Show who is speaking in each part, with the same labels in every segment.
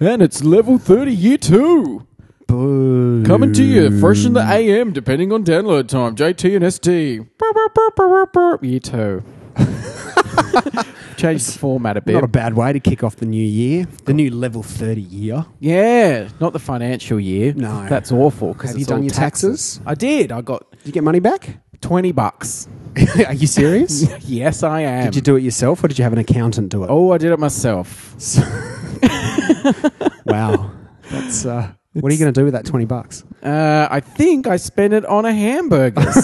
Speaker 1: And it's level 30, year two.
Speaker 2: Boo.
Speaker 1: Coming to you fresh in the AM, depending on download time. JT and ST. Burp, burp, burp, burp, burp, burp. Year two. Change the format a bit.
Speaker 2: Not a bad way to kick off the new year, the new level 30 year.
Speaker 1: yeah, not the financial year.
Speaker 2: No.
Speaker 1: That's awful. 'cause
Speaker 2: Have you
Speaker 1: it's
Speaker 2: done
Speaker 1: all
Speaker 2: your taxes?
Speaker 1: I did. I got
Speaker 2: Did you get money back?
Speaker 1: 20 bucks.
Speaker 2: Are you serious?
Speaker 1: yes, I am.
Speaker 2: Did you do it yourself or did you have an accountant do it?
Speaker 1: oh, I did it myself.
Speaker 2: wow. That's, uh, what are you going to do with that 20 bucks?
Speaker 1: Uh, I think I spent it on a hamburgers.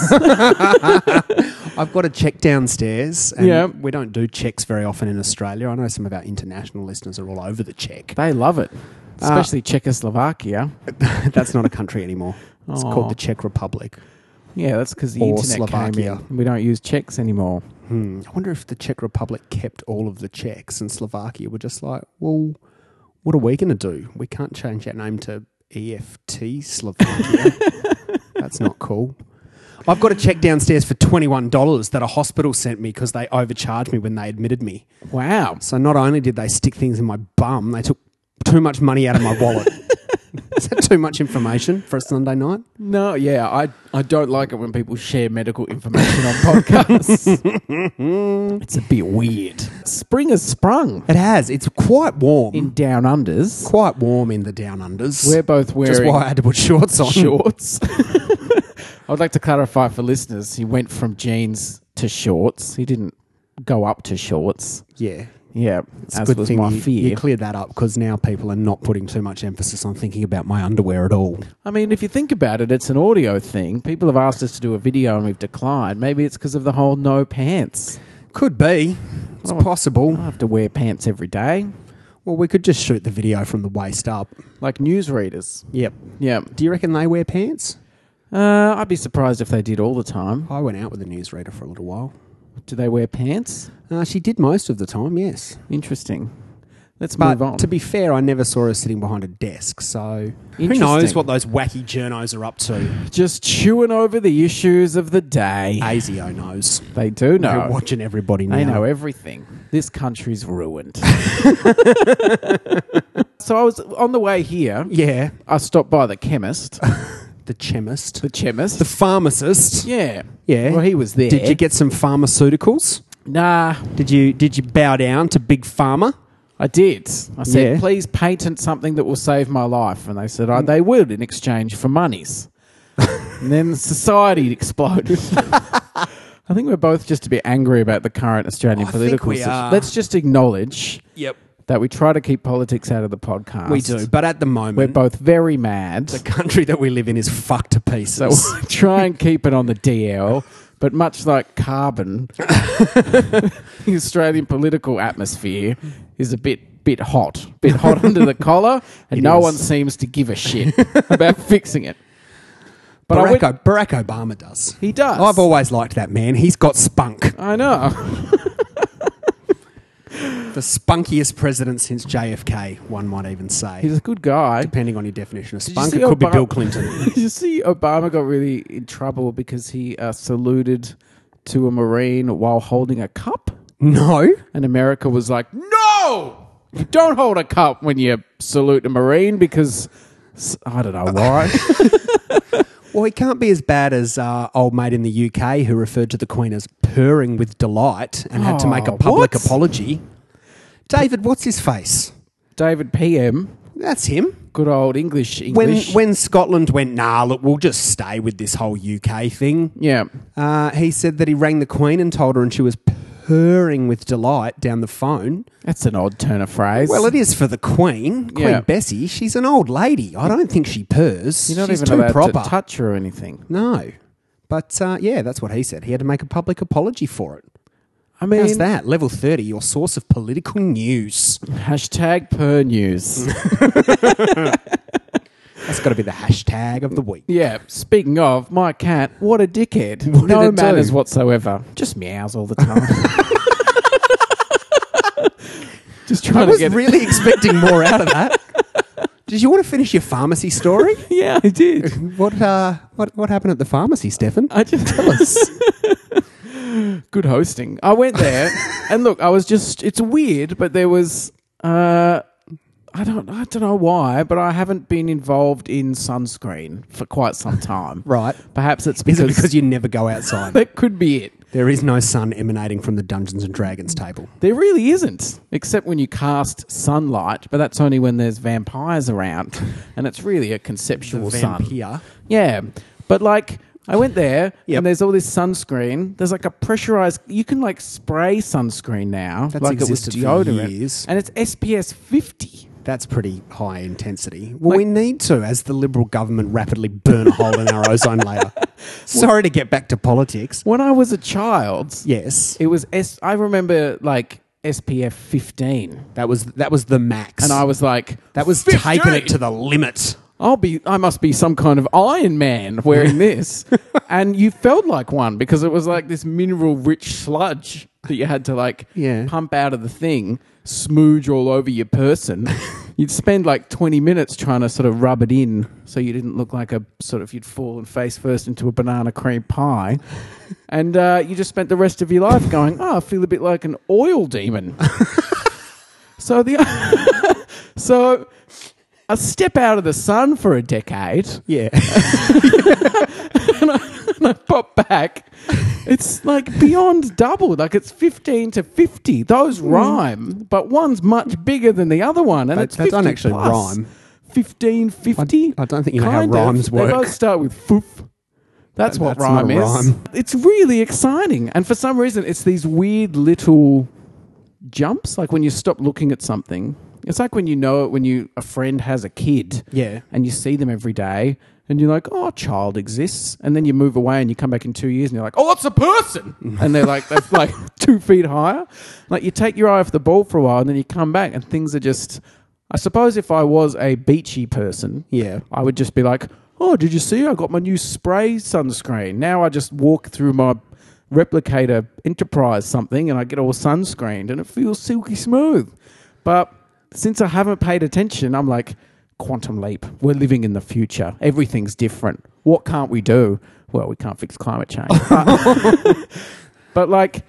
Speaker 2: I've got a check downstairs. And
Speaker 1: Yeah.
Speaker 2: We don't do checks very often in Australia. I know some of our international listeners are all over the check.
Speaker 1: they love it,
Speaker 2: Ah.
Speaker 1: especially Czechoslovakia.
Speaker 2: That's not a country anymore. It's
Speaker 1: Aw.
Speaker 2: called the Czech Republic.
Speaker 1: Yeah, that's because the
Speaker 2: Or
Speaker 1: internet
Speaker 2: Slovakia.
Speaker 1: came in. We don't use checks anymore.
Speaker 2: Hmm. I wonder if the Czech Republic kept all of the Czechs and Slovakia were just like, well, what are we going to do? We can't change that name to EFT Slovakia. That's not cool. I've got a check downstairs for $21 that a hospital sent me because they overcharged me when they admitted me.
Speaker 1: Wow.
Speaker 2: So not only did they stick things in my bum, they took too much money out of my wallet. Is that too much information for a Sunday night?
Speaker 1: No, yeah, I, I don't like it when people share medical information on podcasts. it's a bit weird. Spring has sprung
Speaker 2: It has. It's quite warm.
Speaker 1: in Down Unders.
Speaker 2: quite warm in the down unders.
Speaker 1: We're both wearing
Speaker 2: Just why I had to put shorts on.
Speaker 1: shorts. I'd like to clarify for listeners he went from jeans to shorts. He didn't go up to shorts.
Speaker 2: Yeah.
Speaker 1: Yeah,
Speaker 2: It's
Speaker 1: as
Speaker 2: a good
Speaker 1: was
Speaker 2: thing
Speaker 1: my
Speaker 2: you,
Speaker 1: fear.
Speaker 2: you cleared that up because now people are not putting too much emphasis on thinking about my underwear at all.
Speaker 1: I mean, if you think about it, it's an audio thing. People have asked us to do a video and we've declined. Maybe it's because of the whole no pants.
Speaker 2: Could be. It's
Speaker 1: I
Speaker 2: possible.
Speaker 1: have to wear pants every day,
Speaker 2: Well, we could just shoot the video from the waist up.
Speaker 1: like newsreaders.
Speaker 2: Yep.
Speaker 1: Yeah.
Speaker 2: Do you reckon they wear pants?
Speaker 1: Uh, I'd be surprised if they did all the time.
Speaker 2: I went out with a newsreader for a little while.
Speaker 1: Do they wear pants?
Speaker 2: Uh, she did most of the time, yes.
Speaker 1: Interesting. Let's move on.
Speaker 2: But to be fair, I never saw her sitting behind a desk, so who knows
Speaker 1: Interesting.
Speaker 2: what those wacky journos are up to?
Speaker 1: Just chewing over the issues of the day.
Speaker 2: ASIO knows.
Speaker 1: they do
Speaker 2: They're
Speaker 1: know.
Speaker 2: watching everybody now.
Speaker 1: They know everything. This country's ruined. so I was on the way here.
Speaker 2: Yeah,
Speaker 1: I stopped by the chemist,
Speaker 2: the chemist,
Speaker 1: the chemist.
Speaker 2: the pharmacist.
Speaker 1: yeah,
Speaker 2: Yeah.
Speaker 1: Well, he was there.
Speaker 2: Eh? Did you get some pharmaceuticals?
Speaker 1: Nah,
Speaker 2: Did you did you bow down to big pharma?
Speaker 1: I did. I said,
Speaker 2: Yeah.
Speaker 1: please patent something that will save my life, and they said oh, they would in exchange for monies. and then society exploded. I think we're both just a bit angry about the current Australian
Speaker 2: I think
Speaker 1: political
Speaker 2: we
Speaker 1: situation.
Speaker 2: are.
Speaker 1: Let's just acknowledge
Speaker 2: Yep,
Speaker 1: that we try to keep politics out of the podcast.
Speaker 2: we do. Mm. But at the moment,
Speaker 1: We're both very mad.
Speaker 2: the country that we live in is fucked to
Speaker 1: So
Speaker 2: pieces.
Speaker 1: we'll try and keep it on the DL, but much like carbon, the Australian political atmosphere is a bit bit hot, bit hot under the collar, and
Speaker 2: It
Speaker 1: no
Speaker 2: is.
Speaker 1: one seems to give a shit about fixing it. But I
Speaker 2: Barack,
Speaker 1: went,
Speaker 2: O- Barack Obama does.
Speaker 1: he does.
Speaker 2: I've always liked that man. He's got spunk.
Speaker 1: I know.
Speaker 2: The spunkiest president since JFK, one might even say.
Speaker 1: He's a good guy.
Speaker 2: Depending on your definition of
Speaker 1: you
Speaker 2: spunk,
Speaker 1: see
Speaker 2: it could be
Speaker 1: Obama-
Speaker 2: Bill Clinton.
Speaker 1: Did you see Obama got really in trouble because he uh, saluted to a Marine while holding a cup?
Speaker 2: no.
Speaker 1: And America was like, no, you don't hold a cup when you salute a Marine because s- I don't know why.
Speaker 2: Well, he can't be as bad as uh, old mate in the UK who referred to the Queen as purring with delight and had to make a
Speaker 1: Oh,
Speaker 2: public
Speaker 1: what?
Speaker 2: apology. David, what's his face?
Speaker 1: David PM,
Speaker 2: That's him.
Speaker 1: good old English
Speaker 2: When
Speaker 1: English.
Speaker 2: when Scotland went, nah, look, we'll just stay with this whole UK thing.
Speaker 1: yeah.
Speaker 2: Uh, he said that he rang the Queen and told her, and she was purring with delight down the phone.
Speaker 1: That's an odd turn of phrase.
Speaker 2: Well, it is for the Queen, Queen
Speaker 1: Yeah.
Speaker 2: Bessie. She's an old lady. I don't think she purrs.
Speaker 1: You're not
Speaker 2: She's
Speaker 1: even
Speaker 2: too
Speaker 1: allowed
Speaker 2: proper.
Speaker 1: to touch her or anything.
Speaker 2: no, but uh, yeah, that's what he said. He had to make a public apology for it.
Speaker 1: I mean,
Speaker 2: How's that? Level 30, your source of political news.
Speaker 1: hashtag per news.
Speaker 2: That's got to be the hashtag of the week.
Speaker 1: yeah. Speaking of, my cat, what a dickhead.
Speaker 2: What did
Speaker 1: no
Speaker 2: it do?
Speaker 1: manners whatsoever. Just meows all the time. Just
Speaker 2: I
Speaker 1: trying to
Speaker 2: was
Speaker 1: get it-
Speaker 2: really expecting more out of that. Did you want to finish your pharmacy story?
Speaker 1: Yeah, I did.
Speaker 2: What, uh, what, what happened at the pharmacy, Stefan?
Speaker 1: I just tell us. Good hosting. I went there, and look, I was just—it's weird, but there was uh, I don't I don't know why, but I haven't been involved in sunscreen for quite some time.
Speaker 2: Right.
Speaker 1: Perhaps it's
Speaker 2: Is
Speaker 1: because,
Speaker 2: it because you never go outside?
Speaker 1: that could be it.
Speaker 2: there is no sun emanating from the Dungeons and Dragons table.
Speaker 1: There really isn't, except when you cast sunlight, but that's only when there's vampires around, and it's really a conceptual sun.
Speaker 2: Vampire.
Speaker 1: Yeah, but like I went there,
Speaker 2: Yep.
Speaker 1: and there's all this sunscreen. There's like a pressurized. You can like spray sunscreen now,
Speaker 2: That's
Speaker 1: like it was
Speaker 2: existed for
Speaker 1: deodorant,
Speaker 2: years.
Speaker 1: and it's SPS 50.
Speaker 2: That's pretty high intensity. Well, we need to, as the Liberal government rapidly burn a hole in our ozone layer. Sorry to get back to politics.
Speaker 1: When I was a child,
Speaker 2: Yes,
Speaker 1: it was S. I remember like SPF 15,
Speaker 2: that was that was the max,
Speaker 1: and I was like,
Speaker 2: that was
Speaker 1: 15?
Speaker 2: taking it to the limit.
Speaker 1: I'll be I must be some kind of Iron Man wearing this. and you felt like one because it was like this mineral rich sludge that you had to like
Speaker 2: Yeah.
Speaker 1: pump out of the thing, smooge all over your person. you'd spend like 20 minutes trying to sort of rub it in so you didn't look like a sort of you'd fallen face first into a banana cream pie. And uh, you just spent the rest of your life going, oh, I feel a bit like an oil demon. so the so a step out of the sun for a decade
Speaker 2: Yeah,
Speaker 1: and I pop back. It's like beyond double. Like it's 15 to 50. Those
Speaker 2: Hmm.
Speaker 1: rhyme, but one's much bigger than the other one. And
Speaker 2: They-
Speaker 1: it's
Speaker 2: they don't
Speaker 1: 50
Speaker 2: actually
Speaker 1: plus.
Speaker 2: rhyme.
Speaker 1: 15, 50.
Speaker 2: I don't think you know how
Speaker 1: Kind of.
Speaker 2: rhymes work.
Speaker 1: They both start with foof. That's
Speaker 2: That-
Speaker 1: what
Speaker 2: that's
Speaker 1: rhyme
Speaker 2: not
Speaker 1: is.
Speaker 2: a rhyme.
Speaker 1: It's really exciting. And for some reason, it's these weird little jumps. Like when you stop looking at something. It's like when you know it when you a friend has a kid
Speaker 2: yeah.
Speaker 1: and you see them every day and you're like, oh, child exists. And then you move away and you come back in two years and you're like, oh, it's a person. and they're like, that's like two feet higher. Like you take your eye off the ball for a while and then you come back and things are just. I suppose if I was a beachy person,
Speaker 2: Yeah.
Speaker 1: I would just be like, oh, did you see? I got my new spray sunscreen. Now I just walk through my replicator enterprise something and I get all sunscreened and it feels silky smooth. But since I haven't paid attention, I'm like, quantum leap. We're living in the future. Everything's different. What can't we do? Well, we can't fix climate change. But, but like,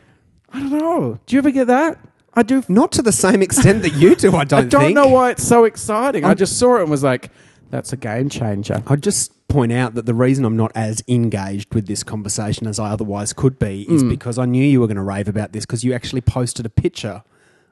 Speaker 1: I don't know. Do you ever get that? I do
Speaker 2: Not to the same extent that you do, I don't,
Speaker 1: I don't
Speaker 2: think.
Speaker 1: know why it's so exciting. i just saw it and was like, that's a game changer.
Speaker 2: I'd just point out that the reason I'm not as engaged with this conversation as I otherwise could be is because I knew you were going to rave about this because you actually posted a picture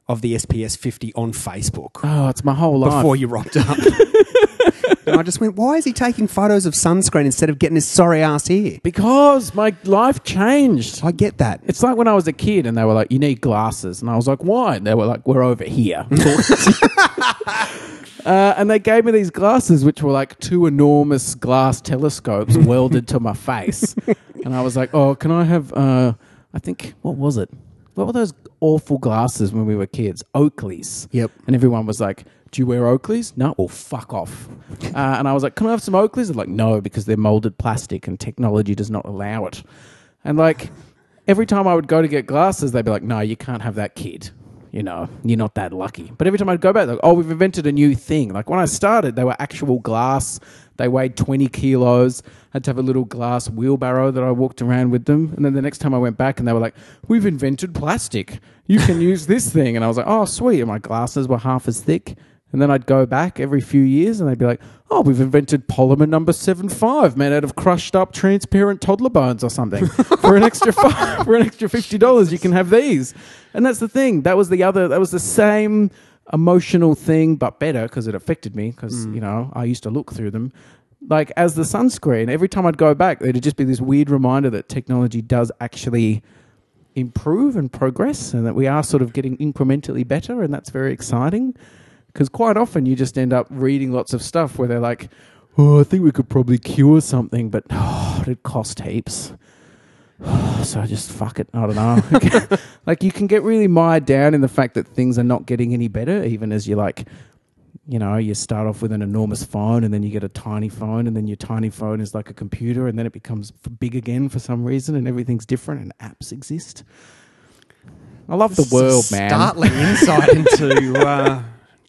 Speaker 2: of the SPS 50 on Facebook
Speaker 1: Oh, it's my whole life.
Speaker 2: before you rocked up. and I just went, why is he taking photos of sunscreen instead of getting his sorry ass here?
Speaker 1: because my life changed.
Speaker 2: I get that.
Speaker 1: It's like when I was a kid and they were like, you need glasses. And I was like, why? And they were like, we're over here. Uh, and they gave me these glasses, which were like two enormous glass telescopes welded to my face. And I was like, oh, can I have, uh, I think, what was it? What were those awful glasses when we were kids? Oakleys.
Speaker 2: Yep.
Speaker 1: And everyone was like, do you wear Oakleys? No. Well, fuck off. Uh, and I was like, can I have some Oakleys? They're like, no, because they're molded plastic and technology does not allow it. And like, every time I would go to get glasses, they'd be like, no, you can't have that kid. You know, you're not that lucky. But every time I'd go back, like, oh, we've invented a new thing. Like when I started, they were actual glass. They weighed 20 kilos. had to have a little glass wheelbarrow that I walked around with them. And then the next time I went back and they were like, we've invented plastic. You can use this thing. And I was like, oh, sweet. And my glasses were half as thick. And then I'd go back every few years and they'd be like, oh, we've invented polymer number 75 made out of crushed up transparent toddler bones or something. for an extra five, for an extra $50, you can have these. And that's the thing. That was the other, that was the same emotional thing, but better because it affected me because, you know, I used to look through them. Like as the sunscreen, every time I'd go back, there'd just be this weird reminder that technology does actually improve and progress and that we are sort of getting incrementally better and that's very exciting because quite often you just end up reading lots of stuff where they're like oh i think we could probably cure something but oh, it cost heaps so just fuck it i don't know like you can get really mired down in the fact that things are not getting any better even as you like you know, you start off with an enormous phone and then you get a tiny phone and then your tiny phone is like a computer and then it becomes f- big again for some reason and everything's different and apps exist. I love the world, man.
Speaker 2: Startling insight into uh,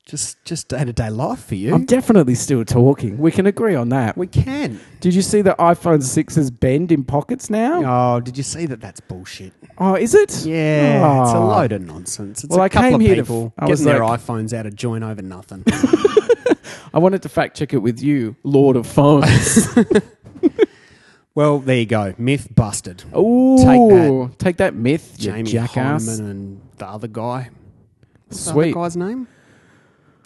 Speaker 2: Just just day to day life for you.
Speaker 1: I'm definitely still talking. We can agree on that.
Speaker 2: we can.
Speaker 1: Did you see the iPhone 6's bend in pockets now?
Speaker 2: Oh, did you see that? That's bullshit.
Speaker 1: Oh, is it?
Speaker 2: Yeah, it's a
Speaker 1: Oh.
Speaker 2: load of nonsense. It's
Speaker 1: Well,
Speaker 2: a
Speaker 1: I
Speaker 2: couple
Speaker 1: came
Speaker 2: of
Speaker 1: here to f-
Speaker 2: people
Speaker 1: I was
Speaker 2: getting their
Speaker 1: like-
Speaker 2: iPhones out of joint over nothing.
Speaker 1: I wanted to fact check it with you, Lord of Phones.
Speaker 2: well, there you go. Myth busted.
Speaker 1: Ooh,
Speaker 2: that.
Speaker 1: take that myth, you
Speaker 2: Jamie
Speaker 1: jackass.
Speaker 2: Hyneman and the other guy. What's
Speaker 1: Sweet.
Speaker 2: the other guy's name?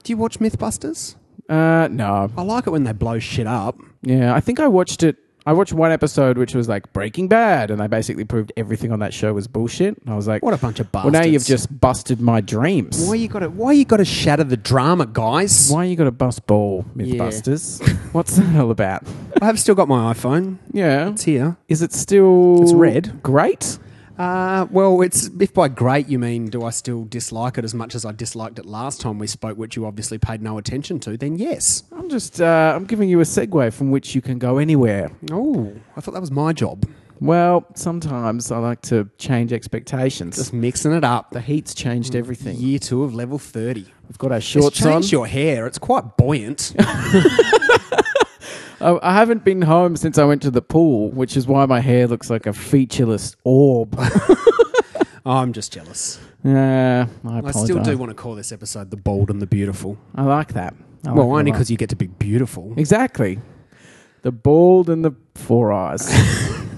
Speaker 2: Do you watch MythBusters?
Speaker 1: Uh, no,
Speaker 2: I like it when they blow shit up.
Speaker 1: yeah, I think I watched it. I watched one episode which was like Breaking Bad, and they basically proved everything on that show was bullshit. And I was like,
Speaker 2: What a bunch of
Speaker 1: well,
Speaker 2: bastards!
Speaker 1: now you've just busted my dreams.
Speaker 2: why you got to why you got to shatter the drama, guys.
Speaker 1: Why you got a bust ball,
Speaker 2: Yeah.
Speaker 1: MythBusters? What's that all about?
Speaker 2: I've still got my iPhone.
Speaker 1: Yeah,
Speaker 2: It's here.
Speaker 1: is it still?
Speaker 2: It's red.
Speaker 1: Great.
Speaker 2: Uh, well, it's if by great you mean do I still dislike it as much as I disliked it last time we spoke, which you obviously paid no attention to? Then yes.
Speaker 1: I'm just. Uh, I'm giving you a segue from which you can go anywhere.
Speaker 2: Oh, I thought that was my job.
Speaker 1: Well, sometimes I like to change expectations.
Speaker 2: Just mixing it up.
Speaker 1: the heat's changed everything.
Speaker 2: Year two of level thirty.
Speaker 1: We've got our
Speaker 2: Mm. It's
Speaker 1: shorts on.
Speaker 2: changed your hair. It's quite buoyant.
Speaker 1: I, Oh, I haven't been home since I went to the pool, which is why my hair looks like a featureless orb.
Speaker 2: I'm just jealous.
Speaker 1: Yeah, I
Speaker 2: I
Speaker 1: apologize.
Speaker 2: still do want to call this episode "The Bold and the Beautiful."
Speaker 1: I like that. I like
Speaker 2: well,
Speaker 1: it a
Speaker 2: only
Speaker 1: lot.
Speaker 2: because you get to be beautiful.
Speaker 1: exactly the bald and the four eyes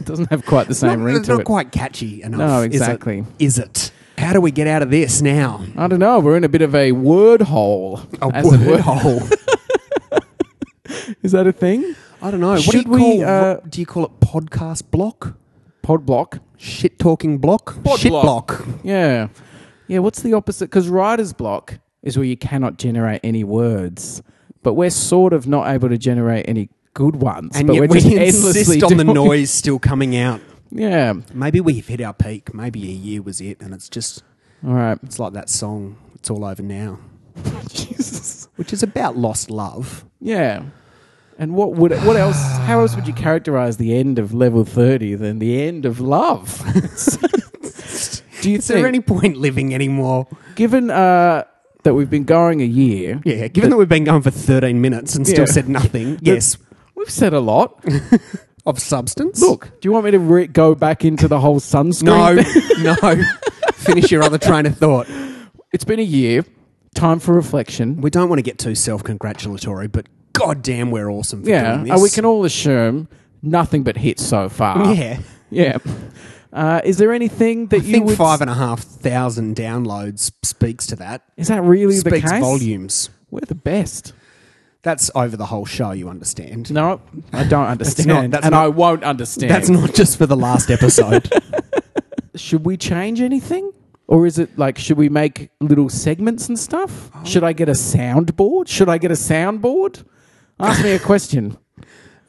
Speaker 1: doesn't have quite the same
Speaker 2: not,
Speaker 1: ring
Speaker 2: it's
Speaker 1: to
Speaker 2: not
Speaker 1: it.
Speaker 2: quite catchy enough.
Speaker 1: No,
Speaker 2: is it?
Speaker 1: exactly.
Speaker 2: Is it? How do we get out of this now?
Speaker 1: I don't know. We're in a bit of a word hole.
Speaker 2: A
Speaker 1: as it
Speaker 2: word hole.
Speaker 1: Is that a thing?
Speaker 2: I don't know.
Speaker 1: Should
Speaker 2: what do you
Speaker 1: we,
Speaker 2: call?
Speaker 1: uh,
Speaker 2: do you call it podcast block?
Speaker 1: Pod block.
Speaker 2: Shit talking block.
Speaker 1: Pod
Speaker 2: Shit
Speaker 1: block.
Speaker 2: block.
Speaker 1: Yeah. Yeah, what's the opposite? Because writer's block is where you cannot generate any words, but we're sort of not able to generate any good ones.
Speaker 2: And
Speaker 1: but
Speaker 2: yet
Speaker 1: we're
Speaker 2: we
Speaker 1: just endlessly
Speaker 2: insist on the
Speaker 1: doing-
Speaker 2: noise still coming out.
Speaker 1: Yeah.
Speaker 2: Maybe we've hit our peak. Maybe a year was it, and it's just
Speaker 1: All right.
Speaker 2: it's like that song. It's all over now,
Speaker 1: Jesus.
Speaker 2: which is about lost love.
Speaker 1: Yeah. And what would what else? How else would you characterize the end of level thirty than the end of love? Do you
Speaker 2: Is there
Speaker 1: think,
Speaker 2: any point living anymore?
Speaker 1: given uh, that we've been going a year,
Speaker 2: Yeah, given that we've been going for 13 minutes and still
Speaker 1: Yeah.
Speaker 2: said nothing, yes,
Speaker 1: we've said a lot.
Speaker 2: of substance.
Speaker 1: Look, do you want me to re- go back into the whole sunscreen?
Speaker 2: no, no. Finish your other train of thought.
Speaker 1: It's been a year. Time for reflection.
Speaker 2: We don't want to get too self congratulatory, but goddamn, we're awesome for
Speaker 1: Yeah,
Speaker 2: doing this.
Speaker 1: and we can all assume nothing but hits so far.
Speaker 2: Yeah.
Speaker 1: yeah. Uh, is there anything that
Speaker 2: I
Speaker 1: you
Speaker 2: think
Speaker 1: would?
Speaker 2: five and a half thousand downloads speaks to that.
Speaker 1: is that really the
Speaker 2: Speaks
Speaker 1: case?
Speaker 2: volumes.
Speaker 1: We're the best.
Speaker 2: That's over the whole show, you understand.
Speaker 1: No, I don't understand,
Speaker 2: that's
Speaker 1: and
Speaker 2: not-
Speaker 1: I won't understand.
Speaker 2: That's not just for the last episode.
Speaker 1: should we change anything, or is it like should we make little segments and stuff?
Speaker 2: Oh.
Speaker 1: Should I get a soundboard? Should I get a soundboard? Ask me a question.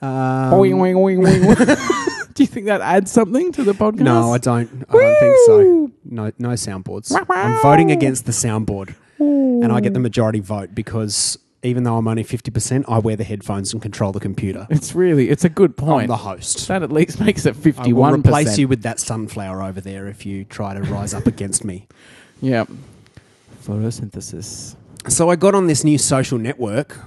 Speaker 2: um,
Speaker 1: Oing, oing, oing, oing, oing. Do you think that adds something to the podcast?
Speaker 2: No, I don't. I don't think so.
Speaker 1: Woo!
Speaker 2: No, no soundboards.
Speaker 1: Wow, wow.
Speaker 2: I'm voting against the soundboard, and I get the majority vote because even though I'm only fifty percent, I wear the headphones and control the computer.
Speaker 1: It's really, it's a good
Speaker 2: I'm
Speaker 1: point.
Speaker 2: the host.
Speaker 1: That at least makes it
Speaker 2: I will
Speaker 1: fifty-one
Speaker 2: replace you with that sunflower over there if you try to rise up against me.
Speaker 1: Yeah. Photosynthesis.
Speaker 2: So I got on this new social network.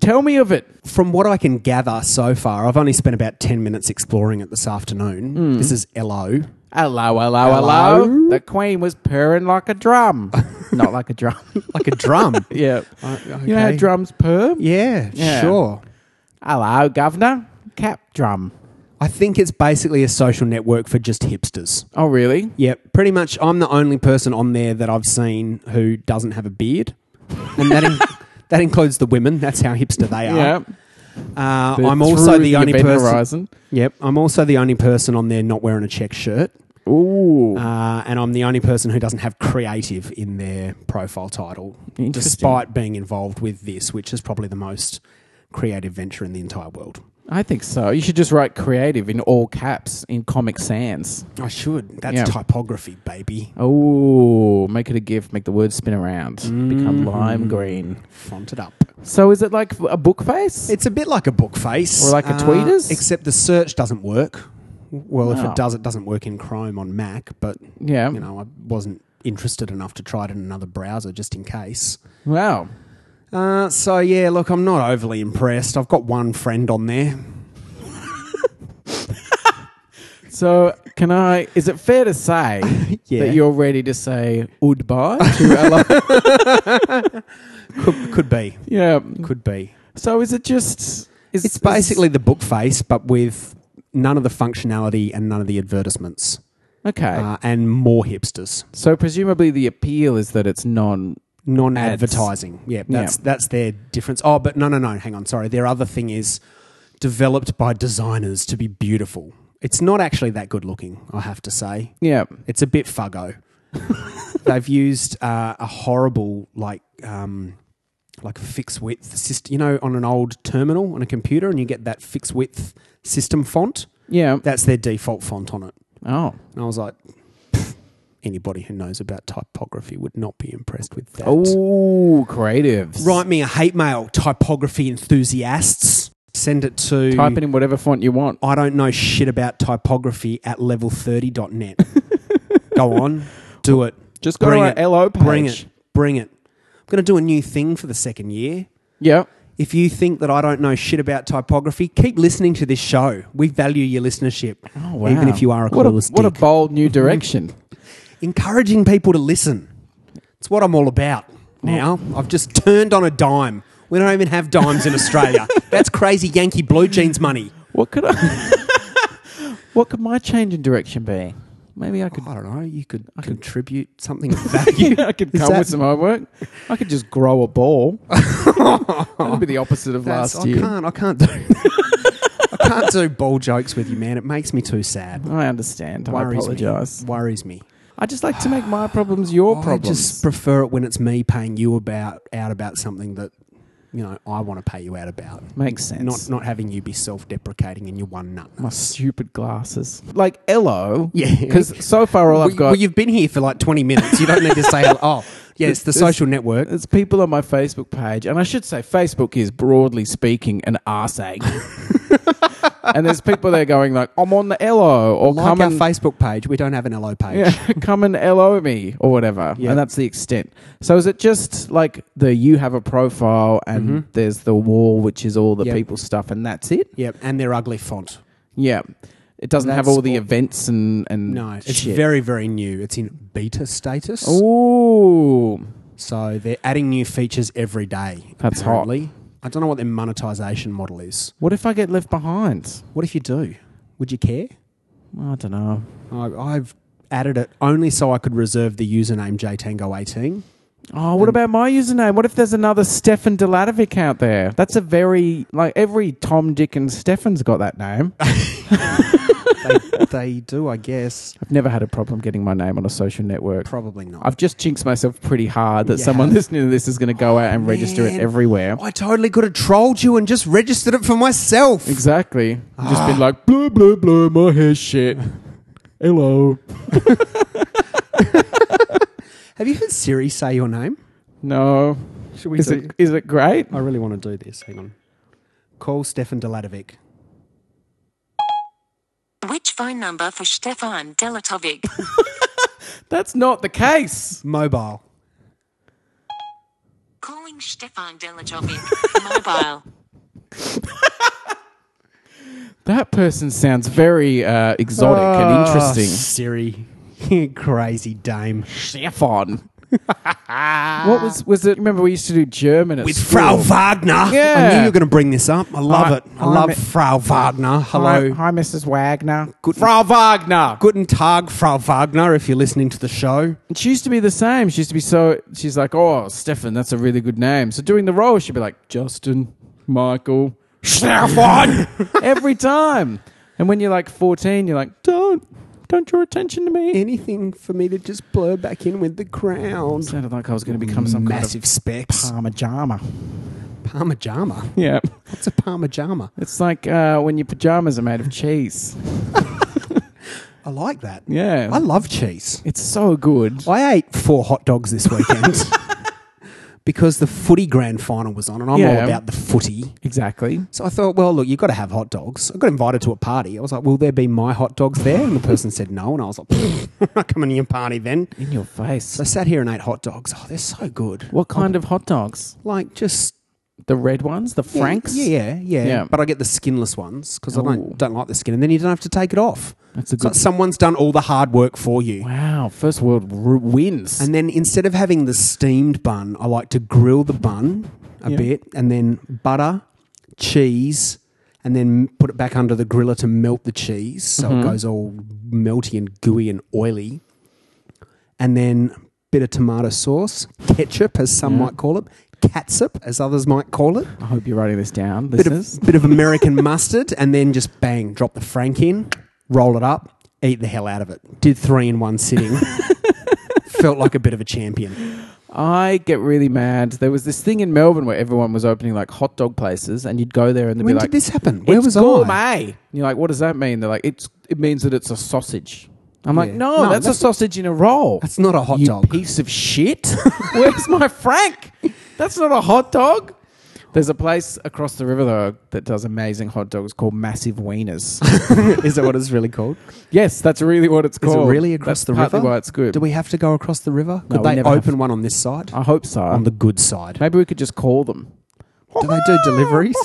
Speaker 1: Tell me of it.
Speaker 2: From what I can gather so far, I've only spent about ten minutes exploring it this afternoon.
Speaker 1: Hmm.
Speaker 2: This is LO.
Speaker 1: Hello, hello, hello,
Speaker 2: Hello?
Speaker 1: The queen was purring like a drum. Not like a drum.
Speaker 2: Like a drum.
Speaker 1: yeah.
Speaker 2: Uh,
Speaker 1: You know how
Speaker 2: okay.
Speaker 1: drums purr?
Speaker 2: Yeah,
Speaker 1: Yeah.
Speaker 2: sure.
Speaker 1: Hello, governor. Cap drum.
Speaker 2: I think it's basically a social network for just hipsters.
Speaker 1: Oh, really?
Speaker 2: Yeah, pretty much. I'm the only person on there that I've seen who doesn't have a beard, and that in- that includes the women. That's how hipster they
Speaker 1: Yeah.
Speaker 2: are. Uh, I'm also
Speaker 1: Through
Speaker 2: the only
Speaker 1: event
Speaker 2: person.
Speaker 1: Horizon.
Speaker 2: Yep, I'm also the only person on there not wearing a check shirt,
Speaker 1: Ooh.
Speaker 2: uh, and I'm the only person who doesn't have creative in their profile title,
Speaker 1: Interesting.
Speaker 2: despite being involved with this, which is probably the most creative venture in the entire world.
Speaker 1: I think so. You should just write creative in all caps in Comic Sans.
Speaker 2: I should. That's
Speaker 1: Yeah.
Speaker 2: typography, baby.
Speaker 1: Oh, make it a GIF. Make the words spin around. Become lime green.
Speaker 2: Font it up.
Speaker 1: Mm-hmm. So is it like a book face?
Speaker 2: It's a bit like a book face. Uh,
Speaker 1: Or like a tweeters?
Speaker 2: Except the search doesn't work. Well, if
Speaker 1: No.
Speaker 2: it does, it doesn't work in Chrome on Mac, but,
Speaker 1: yeah.
Speaker 2: you know, I wasn't interested enough to try it in another browser just in case.
Speaker 1: Wow.
Speaker 2: Uh, so yeah, look, I'm not overly impressed. I've got one friend on there.
Speaker 1: So, can I? Is it fair to say
Speaker 2: Yeah.
Speaker 1: that you're ready to say goodbye to Ella?
Speaker 2: Could, could be,
Speaker 1: yeah.
Speaker 2: could be.
Speaker 1: So, is it just? Is,
Speaker 2: It's basically the book face, but with none of the functionality and none of the advertisements,
Speaker 1: okay.
Speaker 2: uh, and more hipsters,
Speaker 1: so, presumably, the appeal is that it's non.
Speaker 2: non-advertising. Yeah, that's that's their difference. Oh, but no, no, no. Hang on, sorry. Their other thing is developed by designers to be beautiful. It's not actually that good looking, I have to say.
Speaker 1: Yeah.
Speaker 2: It's a bit fuggo. They've used uh, a horrible like um, like fixed width system. You know, on an old terminal on a computer, and you get that fixed width system font.
Speaker 1: Yeah.
Speaker 2: That's their default font on it.
Speaker 1: Oh.
Speaker 2: And I was like, anybody who knows about typography would not be impressed with that.
Speaker 1: Oh, creatives.
Speaker 2: Write me a hate mail, typography enthusiasts. Send it to
Speaker 1: Type it in whatever font you want.
Speaker 2: I don't know shit about typography at level30.net. Go on, do it.
Speaker 1: Just go
Speaker 2: Bring
Speaker 1: to
Speaker 2: it.
Speaker 1: our LO page.
Speaker 2: Bring it. Bring it. I'm going to do a new thing for the second year.
Speaker 1: Yeah.
Speaker 2: If you think that I don't know shit about typography, keep listening to this show. We value your listenership,
Speaker 1: Oh, wow.
Speaker 2: even if you are a
Speaker 1: what a,
Speaker 2: clueless
Speaker 1: what a
Speaker 2: dick.
Speaker 1: bold new direction.
Speaker 2: encouraging people to listen. It's what I'm all about now. I've just turned on a dime. We don't even have dimes in Australia. That's crazy Yankee blue jeans money.
Speaker 1: what could I? what could my change in direction be? Maybe I could.
Speaker 2: I don't know. You could contribute something of value.
Speaker 1: I could
Speaker 2: Is
Speaker 1: come
Speaker 2: that-
Speaker 1: with some homework. I could just grow a ball. That'd be the opposite of
Speaker 2: That's-
Speaker 1: last
Speaker 2: I
Speaker 1: year.
Speaker 2: can't. I can't do. I can't do ball jokes with you, man. It makes me too sad.
Speaker 1: I understand. I
Speaker 2: Worries
Speaker 1: apologise.
Speaker 2: me. Worries me.
Speaker 1: I just like to make my problems your
Speaker 2: Oh, I
Speaker 1: problems.
Speaker 2: just prefer it when it's me paying you about out about something that you know I want to pay you out about.
Speaker 1: Makes sense.
Speaker 2: Not not having you be self deprecating in your one nut.
Speaker 1: my stupid glasses. Like Ello.
Speaker 2: Yeah.
Speaker 1: Because so far all
Speaker 2: well,
Speaker 1: I've got
Speaker 2: well, you've been here for like 20 minutes. You don't need to say, oh, yeah, it's the
Speaker 1: It's-
Speaker 2: social network.
Speaker 1: It's people on my Facebook page, and I should say Facebook is broadly speaking an arse egg. and there's people there going like, "I'm on the LO," or
Speaker 2: Like
Speaker 1: "Come
Speaker 2: our
Speaker 1: and
Speaker 2: Facebook page, we don't have an LO page.
Speaker 1: yeah, come and LO me," or whatever.
Speaker 2: Yeah.
Speaker 1: And that's the extent. So is it just like the you have a profile, and there's the wall, which is all the
Speaker 2: Mm-hmm. Yep.
Speaker 1: people's stuff, and that's it?
Speaker 2: Yep, and their ugly font.
Speaker 1: Yeah, it doesn't have
Speaker 2: That's
Speaker 1: all the
Speaker 2: all-
Speaker 1: events and and
Speaker 2: No, it's
Speaker 1: Mm, shit. Oh.
Speaker 2: very, very new. It's in beta status.
Speaker 1: Ooh,
Speaker 2: So they're adding new features every day.
Speaker 1: That's hot.
Speaker 2: apparently. I don't know what their monetization model is.
Speaker 1: what if I get left behind?
Speaker 2: What if you do? Would you care?
Speaker 1: I don't know.
Speaker 2: I, I've added it only so I could reserve the username jtango18.
Speaker 1: Oh, what about my username? What if there's another Stefan Deladovic out there? That's a very like every Tom, Dick, and Stefan's got that name. I've
Speaker 2: They, they do, I guess.
Speaker 1: never had a problem getting my name on a social network.
Speaker 2: Probably not.
Speaker 1: I've just jinxed myself pretty hard that
Speaker 2: You
Speaker 1: someone
Speaker 2: have?
Speaker 1: listening to this is going to go out and register it
Speaker 2: Oh, Man,
Speaker 1: everywhere.
Speaker 2: I totally could have trolled you and just registered it for myself.
Speaker 1: Exactly. I've Just
Speaker 2: Ah.
Speaker 1: been like blah blah blah. My hair's shit. Hello.
Speaker 2: Have you heard Siri say your name?
Speaker 1: No.
Speaker 2: Should
Speaker 1: Is it is it great?
Speaker 2: I really want to do this. Hang on. Call Stefan Deladovic.
Speaker 3: Which phone number for Stefan Delatovic?
Speaker 1: That's not the case.
Speaker 2: Mobile.
Speaker 3: Calling Stefan Delatovic. Mobile.
Speaker 1: That person sounds very uh, exotic and
Speaker 2: Ah,
Speaker 1: interesting.
Speaker 2: Siri. You Crazy dame.
Speaker 1: chef on. what was was it? Remember we used to do German at
Speaker 2: With
Speaker 1: school.
Speaker 2: Frau Wagner. I knew
Speaker 1: Yeah.
Speaker 2: you were going to bring this up. I love
Speaker 1: Hi-
Speaker 2: it. I
Speaker 1: hi,
Speaker 2: love
Speaker 1: Mi-
Speaker 2: Frau Wagner. Hello.
Speaker 1: Hello, hi, Mrs. Wagner.
Speaker 2: Good-
Speaker 1: Frau Wagner.
Speaker 2: Guten Tag, Frau Wagner, if you're listening to the show.
Speaker 1: She used to be the same. She used to be so. She's like, oh, Stefan, that's a really good name. So doing the role, she'd be like Justin, Michael,
Speaker 2: Stefan!
Speaker 1: every time. And when you're like 14, you're like, don't, don't draw attention to me.
Speaker 2: Anything for me to just blur back in with the crowd.
Speaker 1: sounded like I was going to become some
Speaker 2: Massive specs.
Speaker 1: kind of parma
Speaker 2: Parmajama.
Speaker 1: Yeah,
Speaker 2: What's a parmajama?
Speaker 1: it's like uh, when your pajamas are made of cheese.
Speaker 2: I like that.
Speaker 1: Yeah,
Speaker 2: I love cheese.
Speaker 1: it's so good.
Speaker 2: I ate four hot dogs this weekend because the footy grand final was on, and I'm all
Speaker 1: Yeah.
Speaker 2: about the footy.
Speaker 1: Exactly.
Speaker 2: So I thought, well, look, you've got to have hot dogs. I got invited to a party. I was like, will there be my hot dogs there? And the person said no, and I was like, "Pfft, I'm not coming to your party then.
Speaker 1: In your face.
Speaker 2: So I sat here and ate hot dogs. Oh, they're so good.
Speaker 1: What kind of hot dogs?
Speaker 2: Like just
Speaker 1: The red ones? The Franks?
Speaker 2: Yeah, yeah, yeah.
Speaker 1: Yeah.
Speaker 2: But I get the skinless ones because I
Speaker 1: Ooh.
Speaker 2: don't don't like the skin, and then you don't have to take it off.
Speaker 1: That's a
Speaker 2: It's like
Speaker 1: good.
Speaker 2: someone's done all the hard work for you.
Speaker 1: Wow. First world r- wins.
Speaker 2: And then instead of having the steamed bun, I like to grill the bun a
Speaker 1: Yeah.
Speaker 2: bit and then butter, cheese, and then put it back under the griller to melt the cheese so
Speaker 1: Mm-hmm.
Speaker 2: it goes all melty and gooey and oily. And then bit of tomato sauce, ketchup as some might call it, catsup as others might call it,
Speaker 1: I hope you're writing this down,
Speaker 2: bit
Speaker 1: listeners.
Speaker 2: of, bit of American mustard, and then just bang, drop the frank in, roll it up, eat the hell out of it. Did three in one sitting. Felt like a bit of a champion.
Speaker 1: I get really mad. There was this thing in Melbourne where everyone was opening like hot dog places, and you'd go there and they'd
Speaker 2: When
Speaker 1: be
Speaker 2: did
Speaker 1: like,
Speaker 2: this happen? Where
Speaker 1: it's
Speaker 2: was
Speaker 1: gourmet.
Speaker 2: I?
Speaker 1: And you're like, what does that mean? They're like, it's it means that it's a sausage. I'm like,
Speaker 2: Yeah.
Speaker 1: no,
Speaker 2: No,
Speaker 1: that's,
Speaker 2: that's-
Speaker 1: a sausage in a roll.
Speaker 2: That's not a hot
Speaker 1: you
Speaker 2: dog.
Speaker 1: piece of shit. Where's my Frank? That's not a hot dog. There's a place across the river though that does amazing hot dogs called Massive Wieners.
Speaker 2: Is that what it's really called?
Speaker 1: yes, that's really what it's
Speaker 2: Is
Speaker 1: called.
Speaker 2: it really across
Speaker 1: That's
Speaker 2: the
Speaker 1: partly
Speaker 2: river?
Speaker 1: Why it's good.
Speaker 2: Do we have to go across the river?
Speaker 1: No,
Speaker 2: Could
Speaker 1: we
Speaker 2: they
Speaker 1: never
Speaker 2: open
Speaker 1: have.
Speaker 2: one on this side?
Speaker 1: I hope so.
Speaker 2: on the good side.
Speaker 1: Maybe we could just call them.
Speaker 2: Do they do deliveries?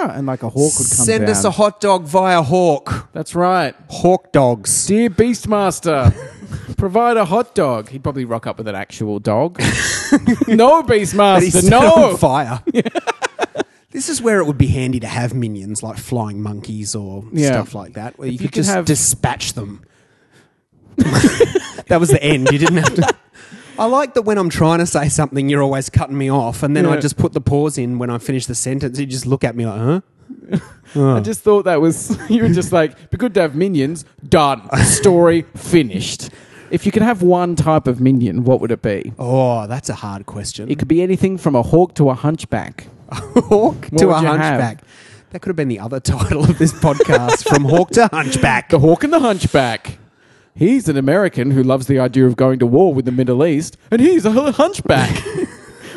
Speaker 1: And like a hawk would come
Speaker 2: Send
Speaker 1: down.
Speaker 2: us a hot dog via Hawk.
Speaker 1: That's right.
Speaker 2: Hawk dogs.
Speaker 1: Dear Beastmaster, provide a hot dog. He'd probably rock up with an actual dog. no,
Speaker 2: But he
Speaker 1: Beastmaster,
Speaker 2: set it on
Speaker 1: no.
Speaker 2: fire. this is where it would be handy to have minions like flying monkeys or
Speaker 1: Yeah.
Speaker 2: stuff like that, where you
Speaker 1: you
Speaker 2: could
Speaker 1: could
Speaker 2: just
Speaker 1: have-
Speaker 2: dispatch them. that was the end. You didn't have to. I like that when I'm trying to say something, you're always cutting me off, and then I
Speaker 1: Yeah.
Speaker 2: just put the pause in when I finish the sentence. You just look at me like, huh?
Speaker 1: I just thought that was, you were just like, be good to have minions. Done. Story finished. If you could have one type of minion, what would it be?
Speaker 2: Oh, that's a hard question.
Speaker 1: It could be anything from a hawk to a hunchback.
Speaker 2: Hawk to a
Speaker 1: would you have?
Speaker 2: hunchback. That could have been the other title of this podcast from Hawk to Hunchback.
Speaker 1: The hawk and the hunchback. He's an American who loves the idea of going to war with the Middle East, and he's a hunchback.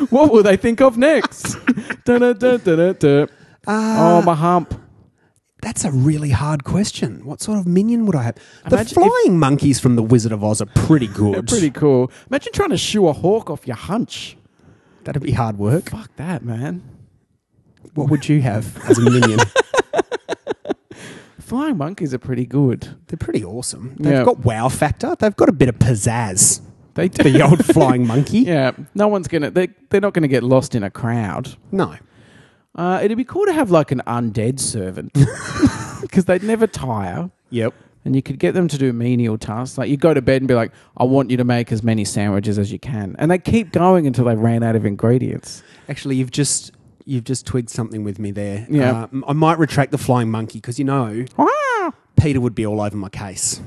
Speaker 1: what will they think of next? Da-da-da-da-da. oh, my hump.
Speaker 2: That's a really hard question. What sort of minion would I have? The
Speaker 1: Imagine
Speaker 2: flying monkeys from The Wizard of Oz are pretty good.
Speaker 1: Pretty cool. Imagine trying to shoo a hawk off your hunch.
Speaker 2: That'd be hard work.
Speaker 1: Fuck that, man.
Speaker 2: What would you have as a minion?
Speaker 1: Flying monkeys are pretty good.
Speaker 2: They're pretty awesome. They've
Speaker 1: Yeah.
Speaker 2: got wow factor. They've got a bit of pizzazz.
Speaker 1: They do.
Speaker 2: The old flying monkey.
Speaker 1: yeah, no one's gonna. They they're not gonna get lost in a crowd.
Speaker 2: No.
Speaker 1: Uh, it'd be cool to have like an undead servant because they'd never tire.
Speaker 2: Yep.
Speaker 1: and you could get them to do menial tasks. Like you go to bed and be like, "I want you to make as many sandwiches as you can," and they keep going until they ran out of ingredients.
Speaker 2: Actually, you've just you've just twigged something with me there.
Speaker 1: Yeah.
Speaker 2: Uh, m- I might retract the flying monkey because you know
Speaker 1: Ah!
Speaker 2: Peter would be all over my case.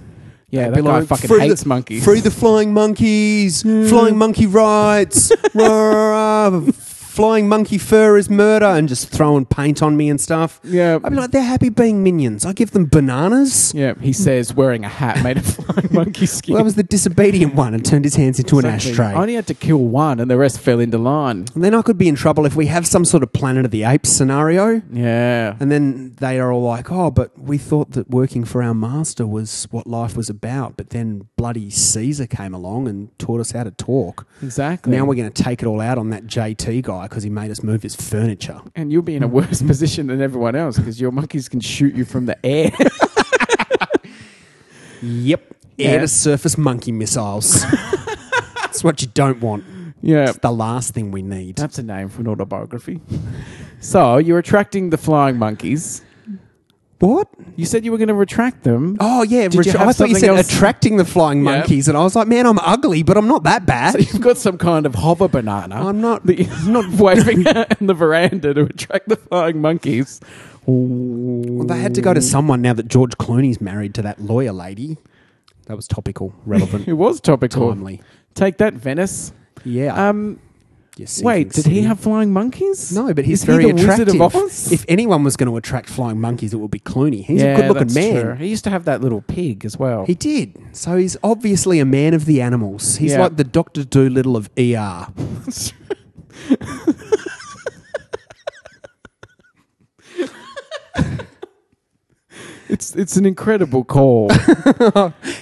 Speaker 1: Yeah,
Speaker 2: I'd
Speaker 1: that
Speaker 2: be
Speaker 1: guy
Speaker 2: like,
Speaker 1: fucking
Speaker 2: "Free
Speaker 1: hates
Speaker 2: the,
Speaker 1: monkeys. Mm.
Speaker 2: Free the flying monkeys. Flying monkey rights. rah, rah, flying monkey fur is murder. And just throwing paint on me and stuff.
Speaker 1: Yeah.
Speaker 2: I'd be like, they're happy being minions. I give them bananas.
Speaker 1: yeah, he says wearing a hat made of flying monkey skin.
Speaker 2: Well, that was the disobedient one and turned his hands into
Speaker 1: Exactly.
Speaker 2: an
Speaker 1: I
Speaker 2: ashtray.
Speaker 1: only had to kill one, and the rest fell into line.
Speaker 2: And then I could be in trouble if we have some sort of Planet of the Apes scenario.
Speaker 1: Yeah,
Speaker 2: And then they are all like, oh, but we thought that working for our master was what life was about. But then bloody Caesar came along and taught us how to talk.
Speaker 1: exactly.
Speaker 2: Now we're going to take it all out on that JT guy because he made us move his furniture.
Speaker 1: and you'll be in a worse position than everyone else because your monkeys can shoot you from the air.
Speaker 2: Yep. Air to surface monkey missiles. That's what you don't want.
Speaker 1: yeah,
Speaker 2: It's the last thing we need.
Speaker 1: that's a name for an autobiography. so you're attracting the flying monkeys.
Speaker 2: What?
Speaker 1: You said you were going to retract them.
Speaker 2: Oh, yeah.
Speaker 1: Did you
Speaker 2: retri-
Speaker 1: have
Speaker 2: I thought
Speaker 1: something
Speaker 2: you said
Speaker 1: else?
Speaker 2: attracting the flying
Speaker 1: Yeah.
Speaker 2: monkeys. And I was like, man, I'm ugly, but I'm not that bad.
Speaker 1: You've got some kind of hover banana.
Speaker 2: I'm not-
Speaker 1: that you're not waving out in the veranda to attract the flying monkeys.
Speaker 2: Well, they had to go to someone now that George Clooney's married to that lawyer lady. That was topical,
Speaker 1: It
Speaker 2: relevant,
Speaker 1: was topical.
Speaker 2: timely. Uh,
Speaker 1: Take that, Venice.
Speaker 2: Yeah.
Speaker 1: Um,
Speaker 2: you
Speaker 1: wait,
Speaker 2: sinking
Speaker 1: did he
Speaker 2: sin.
Speaker 1: have flying monkeys?
Speaker 2: No, but he's
Speaker 1: Is
Speaker 2: very
Speaker 1: he the
Speaker 2: attractive.
Speaker 1: Wizard of Oz?
Speaker 2: If anyone was going to attract flying monkeys, it would be Clooney. He's
Speaker 1: yeah,
Speaker 2: a good-looking
Speaker 1: that's
Speaker 2: man.
Speaker 1: true. He used to have that little pig as well.
Speaker 2: He did. So he's obviously a man of E the animals. He's
Speaker 1: Yeah.
Speaker 2: like the Doctor Doolittle of ER.
Speaker 1: It's it's an incredible call.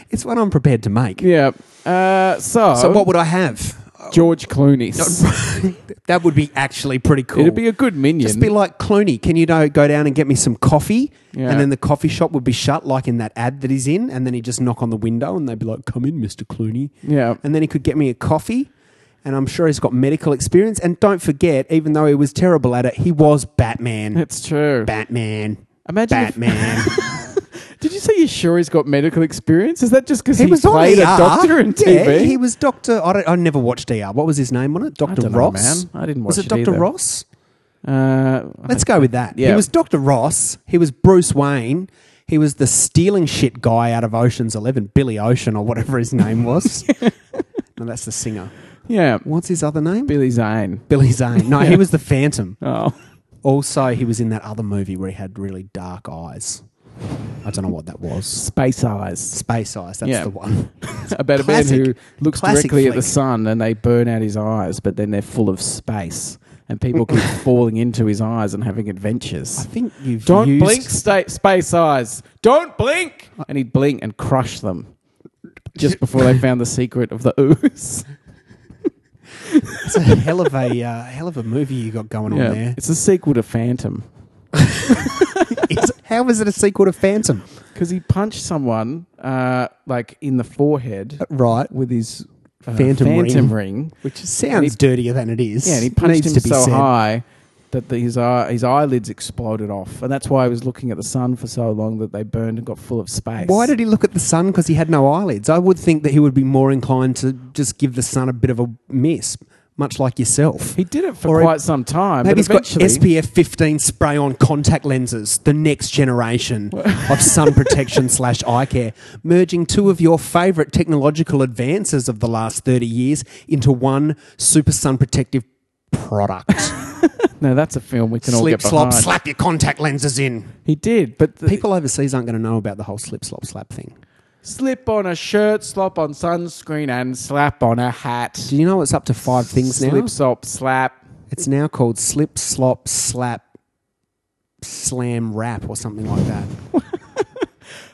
Speaker 2: It's one I'm prepared to make.
Speaker 1: yeah. Uh, so,
Speaker 2: So what would I have?
Speaker 1: George Clooney.
Speaker 2: that would be actually pretty cool.
Speaker 1: It'd be a good minion.
Speaker 2: Just be like Clooney. Can you know, go down and get me some coffee?
Speaker 1: Yeah.
Speaker 2: And then the coffee shop would be shut, like in that ad that he's in. And then he'd just knock on the window and they'd be like, come in, Mr. Clooney.
Speaker 1: Yeah.
Speaker 2: And then he could get me a coffee. And I'm sure he's got medical experience. And don't forget, even though he was terrible at it, he was Batman.
Speaker 1: That's true.
Speaker 2: Batman.
Speaker 1: Imagine if-
Speaker 2: Batman.
Speaker 1: Did you say you're sure he's got medical experience? Is that just because he, played a
Speaker 2: ER.
Speaker 1: doctor in
Speaker 2: Yeah,
Speaker 1: TV?
Speaker 2: he was Doctor. I, don't, I never watched ER. What was his name on it? Doctor
Speaker 1: don't know,
Speaker 2: Ross.
Speaker 1: man. I didn't
Speaker 2: Was
Speaker 1: watch
Speaker 2: it
Speaker 1: it
Speaker 2: Doctor
Speaker 1: either.
Speaker 2: Ross?
Speaker 1: uh,
Speaker 2: Let's go with that. He
Speaker 1: Yeah.
Speaker 2: was Dr. Ross. He was Bruce Wayne. He was the stealing shit guy out of Ocean's Eleven, Billy Ocean or whatever his name was. no, that's the singer.
Speaker 1: yeah,
Speaker 2: What's his other name?
Speaker 1: Billy Zane.
Speaker 2: Billy Zane. No, he was the Phantom.
Speaker 1: Oh,
Speaker 2: Also, he was in that other movie where he had really dark eyes. I don't know what that was.
Speaker 1: Space Eyes.
Speaker 2: Space Eyes, that's
Speaker 1: Yeah.
Speaker 2: the one.
Speaker 1: About a man who
Speaker 2: classic-
Speaker 1: looks
Speaker 2: classic
Speaker 1: directly at the
Speaker 2: flick.
Speaker 1: sun and they burn out his eyes, but then they're full of space and people keep falling into his eyes and having adventures.
Speaker 2: I think you've
Speaker 1: Don't
Speaker 2: used-
Speaker 1: blink, sta- space eyes. Don't blink. And he'd blink and crush them just before they found the secret of the ooze.
Speaker 2: It's a hell of a uh, hell of a movie you got going on there.
Speaker 1: it's a sequel to Phantom.
Speaker 2: It's, how is it a sequel to Phantom?
Speaker 1: Because he punched someone uh, like in the forehead
Speaker 2: Right.
Speaker 1: with his uh,
Speaker 2: Phantom
Speaker 1: phantom
Speaker 2: ring.
Speaker 1: ring.
Speaker 2: Which sounds dirtier than it is.
Speaker 1: Yeah, and he punched
Speaker 2: Needs
Speaker 1: him
Speaker 2: to be
Speaker 1: so
Speaker 2: said.
Speaker 1: high that the, his eye, his eyelids exploded off, and that's why he was looking at the sun for so long that they burned and got full of space.
Speaker 2: Why did he look at the sun? Because he had no eyelids. I would think that he would be more inclined to just give the sun a bit of a miss, much like yourself.
Speaker 1: he did it for
Speaker 2: Or he-
Speaker 1: quite some time?
Speaker 2: Maybe
Speaker 1: but
Speaker 2: he's got
Speaker 1: eventually,
Speaker 2: SPF 15 spray on contact lenses, the next generation of sun protection slash eye care, merging two of your favorite technological advances of the last 30 years into one super sun protective product.
Speaker 1: No, that's a film we can all
Speaker 2: slip,
Speaker 1: get
Speaker 2: slop,
Speaker 1: behind.
Speaker 2: slap your contact lenses in.
Speaker 1: He did, but the
Speaker 2: People overseas aren't going to know about the whole slip, slop, slap thing.
Speaker 1: slip on a shirt, slop on sunscreen, and slap on a hat.
Speaker 2: Do you know it's up to five things now?
Speaker 1: Slip, slop, slap.
Speaker 2: It's now called slip, slop, slap, slam, rap, or something like that.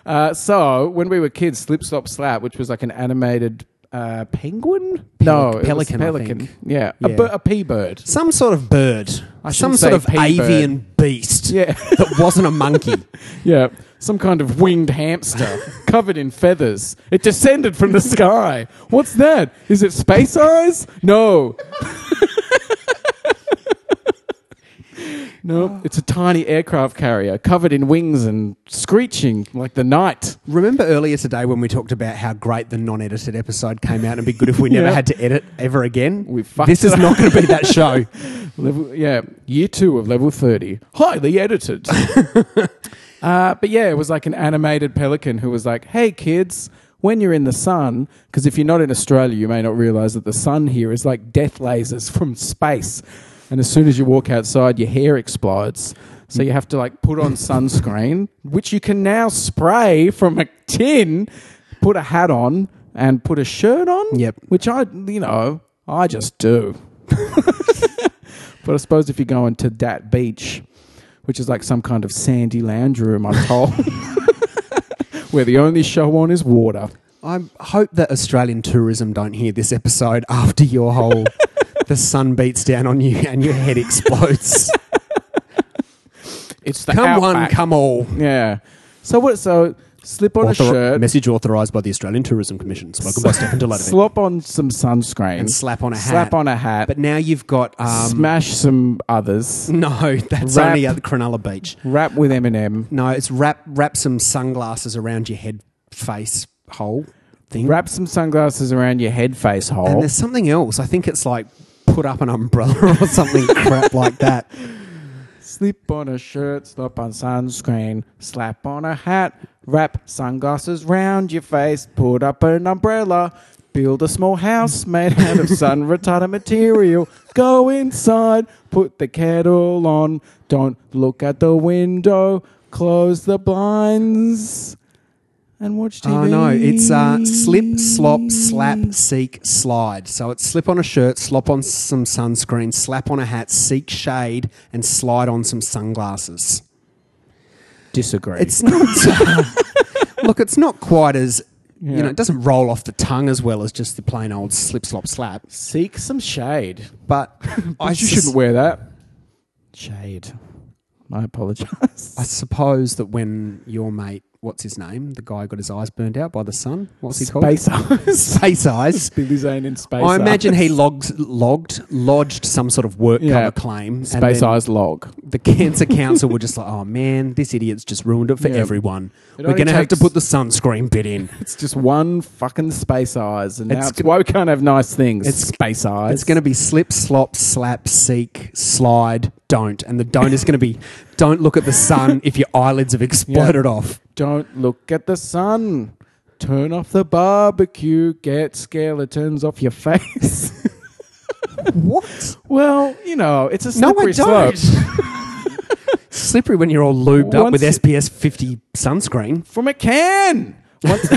Speaker 1: Uh, so when we were kids, Slip Slop Slap, which was like an animated uh, penguin, no it was
Speaker 2: pelican, I
Speaker 1: pelican,
Speaker 2: think.
Speaker 1: yeah,
Speaker 2: Yeah.
Speaker 1: A, bir- a pea bird.
Speaker 2: Some sort of bird. Some
Speaker 1: shouldn't
Speaker 2: sort
Speaker 1: say
Speaker 2: of
Speaker 1: pea
Speaker 2: avian beast
Speaker 1: Yeah.
Speaker 2: that wasn't a monkey.
Speaker 1: Yeah, some kind of winged hamster covered in feathers. It descended from the sky. What's that? Is it space eyes? No. no, it's a tiny aircraft carrier covered in wings and screeching like the night.
Speaker 2: Remember earlier today when we talked about how great the non edited episode came out and it'd be good if we never
Speaker 1: Yeah.
Speaker 2: had to edit ever again?
Speaker 1: We fucked
Speaker 2: this
Speaker 1: it
Speaker 2: is
Speaker 1: up.
Speaker 2: not going to be that show.
Speaker 1: Level, yeah, year two of level 30. Highly edited. uh, but yeah, it was like an animated pelican who was like, hey, kids, when you're in the sun, because if you're not in Australia, you may not realize that the sun here is like death lasers from space. And as soon as you walk outside, your hair explodes. So you have to like put on sunscreen, which you can now spray from a tin, put a hat on, and put a shirt on.
Speaker 2: Yep.
Speaker 1: Which I, you know, I just do. But I suppose if you're going to that beach, which is like some kind of sandy lounge room, I'm told, where the only show on is water.
Speaker 2: I hope that Australian tourism don't hear this episode after your whole the sun beats down on you and your head explodes.
Speaker 1: It's the
Speaker 2: come one,
Speaker 1: outback.
Speaker 2: come all.
Speaker 1: yeah. So what? So slip on
Speaker 2: Author-
Speaker 1: a shirt,
Speaker 2: Message authorised by the Australian Tourism Commission. Spoken by Stephen Delaney.
Speaker 1: slop on some sunscreen,
Speaker 2: And slap on a hat.
Speaker 1: slap on a hat,
Speaker 2: But now you've got um,
Speaker 1: smash some others,
Speaker 2: no. That's
Speaker 1: Wrap.
Speaker 2: only at the Cronulla Beach.
Speaker 1: wrap with M&M,
Speaker 2: No, it's wrap wrap some sunglasses around your head face hole thing.
Speaker 1: wrap some sunglasses around your head face
Speaker 2: And
Speaker 1: hole.
Speaker 2: there's something else. I think it's like put up an umbrella or something crap like that.
Speaker 1: Slip on a shirt, slap on sunscreen, slap on a hat, wrap sunglasses round your face, put up an umbrella, build a small house made out of sun retardant material, go inside, put the kettle on, don't look at the window, close the blinds. and watch TV.
Speaker 2: Oh no, it's uh, slip, slop, slap, seek, slide. So it's slip on a shirt, slop on some sunscreen, slap on a hat, seek shade, and slide on some sunglasses.
Speaker 1: Disagree.
Speaker 2: It's not. look, it's not quite as you know. It doesn't roll off the tongue as well as just the plain old slip, slop, slap.
Speaker 1: seek some shade.
Speaker 2: But I
Speaker 1: you
Speaker 2: sus-
Speaker 1: shouldn't wear that. Shade. I apologize.
Speaker 2: I suppose that when your mate, what's his name, the guy who got his eyes burned out by the sun. What's he called?
Speaker 1: Space eyes.
Speaker 2: Space eyes.
Speaker 1: Billy Zane in space.
Speaker 2: I imagine
Speaker 1: eyes.
Speaker 2: he logs, logged, lodged some sort of work
Speaker 1: Yeah.
Speaker 2: cover claim. and
Speaker 1: space
Speaker 2: then
Speaker 1: eyes log.
Speaker 2: The cancer council were just like, oh man, this idiot's just ruined it for
Speaker 1: Yeah.
Speaker 2: everyone.
Speaker 1: It
Speaker 2: We're
Speaker 1: only
Speaker 2: going to have to
Speaker 1: takes-
Speaker 2: put the sunscreen bit in.
Speaker 1: It's just one fucking space eyes, and
Speaker 2: It's
Speaker 1: now it's
Speaker 2: gonna-
Speaker 1: why we can't have nice things.
Speaker 2: It's-
Speaker 1: space eyes.
Speaker 2: It's going to be slip, slop, slap, seek, slide, don't. And the don't is going to be don't look at the sun if your eyelids have exploded off.
Speaker 1: Don't look at the sun. Turn off the barbecue. Get skeletons off your face.
Speaker 2: What?
Speaker 1: well, you know, it's a
Speaker 2: No, I
Speaker 1: slippery
Speaker 2: don't.
Speaker 1: slope.
Speaker 2: Slippery when you're all lubed up
Speaker 1: Once
Speaker 2: with
Speaker 1: you-
Speaker 2: SPS 50 sunscreen.
Speaker 1: From a can. Once,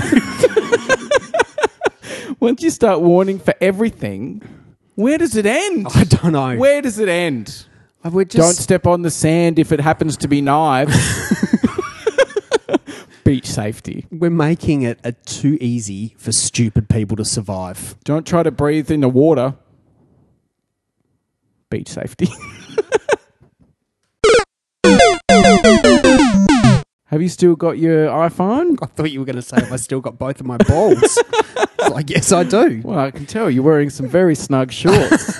Speaker 1: Once you start warning for everything, where does it end?
Speaker 2: I don't know.
Speaker 1: Where does it end?
Speaker 2: We're
Speaker 1: Don't
Speaker 2: just,
Speaker 1: step on the sand if it happens to be knives. Beach safety.
Speaker 2: we're making it a too easy for stupid people to survive.
Speaker 1: Don't try to breathe in the water. Beach safety. Have you still got your iPhone?
Speaker 2: I thought you were going to say if I still got both of my balls. like, yes, I do.
Speaker 1: Well, I can tell you're wearing some very snug shorts.